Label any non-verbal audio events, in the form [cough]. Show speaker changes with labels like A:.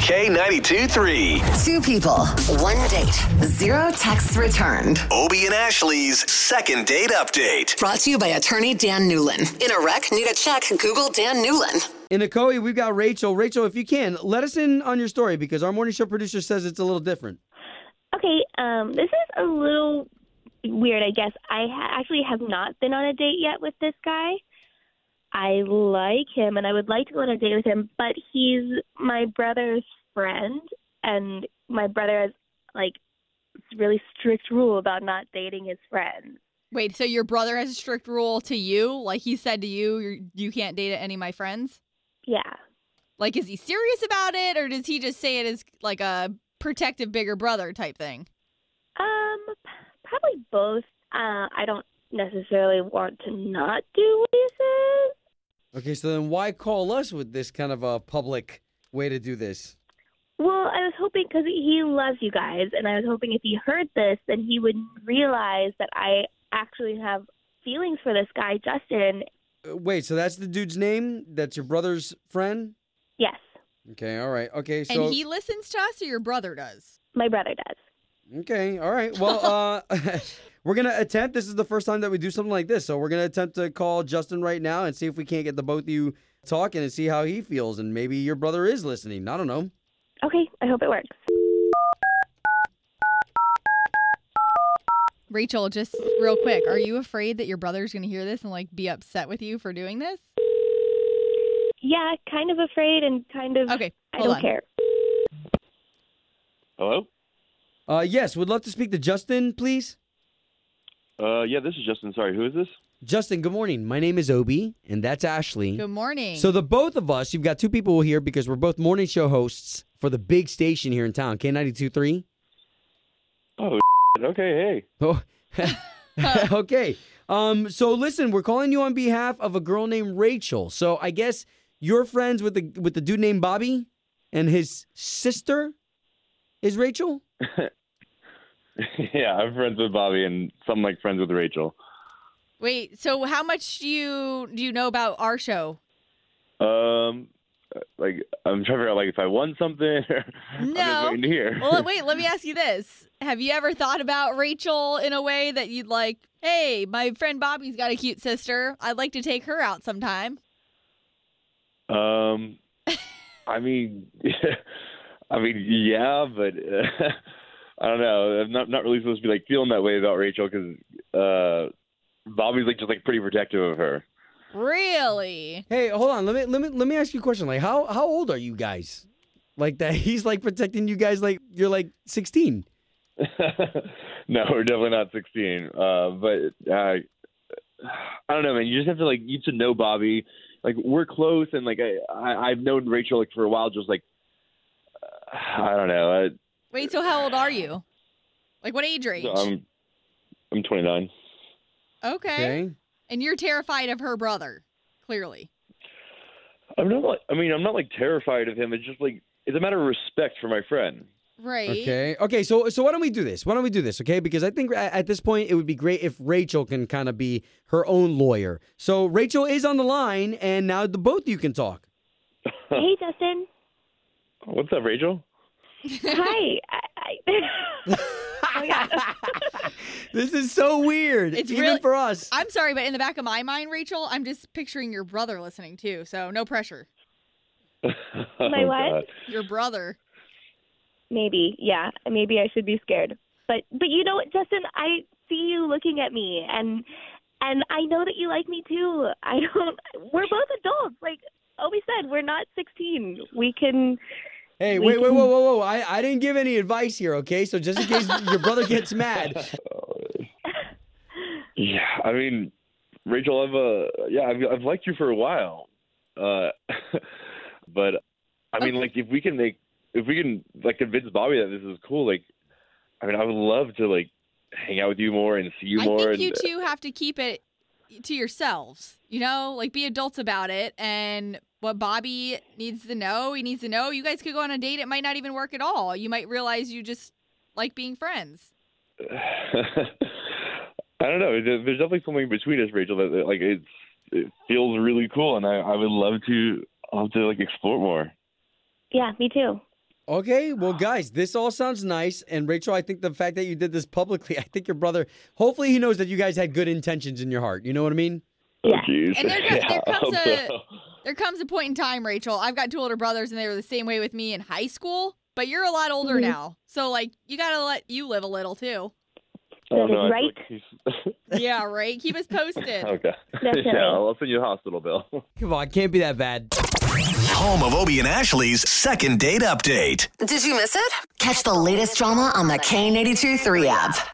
A: K92 3.
B: Two people, one date, zero texts returned.
A: Obie and Ashley's second date update.
B: Brought to you by attorney Dan Newlin. In a wreck, need a check, Google Dan Newlin.
C: In Ocoee, we've got Rachel. Rachel, if you can, let us in on your story because our morning show producer says it's a little different.
D: Okay, um, this is a little weird, I guess. I ha- actually have not been on a date yet with this guy. I like him, and I would like to go on a date with him, but he's my brother's friend, and my brother has like really strict rule about not dating his friends.
E: Wait, so your brother has a strict rule to you? Like he said to you, you're, you can't date any of my friends?
D: Yeah,
E: Like, is he serious about it or does he just say it as like a protective bigger brother type thing?
D: um, p- probably both. Uh, I don't necessarily want to not do what he says.
C: Okay, so then why call us with this kind of a public way to do this?
D: Well, I was hoping because he loves you guys, and I was hoping if he heard this, then he would realize that I actually have feelings for this guy, Justin.
C: Uh, Wait, so that's the dude's name? That's your brother's friend?
D: Yes,
C: Okay, all right. Okay, so
E: and he listens to us or your brother does?
D: my brother does.
C: Okay, all right. [laughs] Well, uh we're going to attempt this is the first time that we do something like this. So we're going to attempt to call Justin right now and see if we can't get the both of you talking and see how he feels and maybe your brother is listening. I don't know.
D: Okay, I hope it works.
E: Rachel, just real quick, are you afraid that your brother's going to hear this and like be upset with you for doing this?
D: Yeah, kind of afraid and kind of.
E: Okay,
D: I
E: hold
D: don't
E: on.
D: care.
F: Hello?
C: Uh yes, would love to speak to Justin, please.
F: Uh, yeah, this is Justin. Sorry, who is this?
C: Justin, good morning. My name is Obi, and that's Ashley.
E: Good morning.
C: So the both of us, you've got two people here because we're both morning show hosts for the big station here in town, K 923
F: Oh, okay, hey. [laughs]
C: Oh, [laughs]
E: [laughs]
C: okay. Um, so listen, we're calling you on behalf of a girl named Rachel. So I guess you're friends with the with the dude named Bobby, and his sister is Rachel.
F: yeah, I'm friends with Bobby and some like friends with Rachel.
E: Wait, so how much do you do you know about our show?
F: Um, like, I'm trying to figure out like if I won something. [laughs] or I'm
E: No.
F: just waiting to hear.
E: Well, wait, let me ask you this. Have you ever thought about Rachel in a way that you'd like, hey, my friend Bobby's got a cute sister. I'd like to take her out sometime.
F: [laughs] um, I mean, [laughs] I mean, yeah, but uh, [laughs] I don't know. I'm not not really supposed to be like feeling that way about Rachel because uh, Bobby's like just like pretty protective of her.
E: Really?
C: Hey, hold on. Let me let me let me ask you a question. Like, how how old are you guys? Like that [laughs] he's like protecting you guys like you're like 16.
F: [laughs] no, we're definitely not 16. Uh, but uh, I don't know, man. You just have to like you have to know Bobby. Like we're close, and like I, I I've known Rachel like for a while. Just like uh, I don't know.
E: Wait, so how old are you? Like what age range?
F: I, I'm I'm 29.
E: okay. And you're terrified of her brother, clearly.
F: I'm not. Like, I mean, I'm not like terrified of him. It's just like it's a matter of respect for my friend.
E: Right.
C: Okay. Okay. So so why don't we do this? Why don't we do this? Okay, because I think a- at this point it would be great if Rachel can kind of be her own lawyer. So Rachel is on the line, and now the both of you can talk.
D: hey,
E: [laughs]
D: Justin.
F: What's up, Rachel? [laughs]
D: Hi. I, I, [laughs] oh my God.
C: This is so weird.
E: It's
C: even
E: really-
C: for us.
E: I'm sorry, but in the back of my mind, Rachel, I'm just picturing your brother listening too. So no pressure.
F: Oh,
D: what?
F: God.
E: Your brother.
D: Maybe. Yeah. Maybe I should be scared. But but you know what, Justin? I see you looking at me, and and I know that you like me too. I don't. We're both adults. Like Obi said, we're not 16. We can.
C: hey,
D: we
C: wait, wait,
D: can-
C: whoa, whoa, whoa! I, I didn't give any advice here. Okay, so just in case your brother gets mad,
F: Yeah, I mean, Rachel, I've uh, yeah, I've, I've liked you for a while, uh, [laughs] but I mean, like, if we can make, if we can like convince Bobby that this is cool, like, I mean, I would love to like hang out with you more and see you
E: I
F: more.
E: think
F: and,
E: you two have to keep it to yourselves. You know, like be adults about it. And what Bobby needs to know, he needs to know. You guys could go on a date. It might not even work at all. You might realize you just like being friends.
F: uh, [laughs] I don't know. There- There's definitely something between us, Rachel. That that, like it's it feels really cool, and I I would love to love to like explore more.
D: Yeah, me too.
C: Okay, well, guys, this all sounds nice. And Rachel, I think the fact that you did this publicly, I think your brother, hopefully, he knows that you guys had good intentions in your heart. You know what I mean?
D: Yeah.
F: Oh, jeez.
E: And there comes-
F: [laughs] Yeah,
E: there comes
F: I hope
E: a-
F: so.
E: There comes a point in time, Rachel. I've got two older brothers, and they were the same way with me in high school. But you're a lot older
D: Mhm.
E: now, so like you gotta let you live a little too.
F: Oh, no, I feel
D: Right?
F: like he's-
E: Yeah, right. [laughs] Keep us posted.
F: [laughs] okay.
D: Definitely.
F: Yeah, I'll send you a hospital bill. [laughs]
C: Come on, can't be that bad.
A: Home of Obie and Ashley's second date update.
B: Did you miss it? Catch the latest drama on the K82 3 app.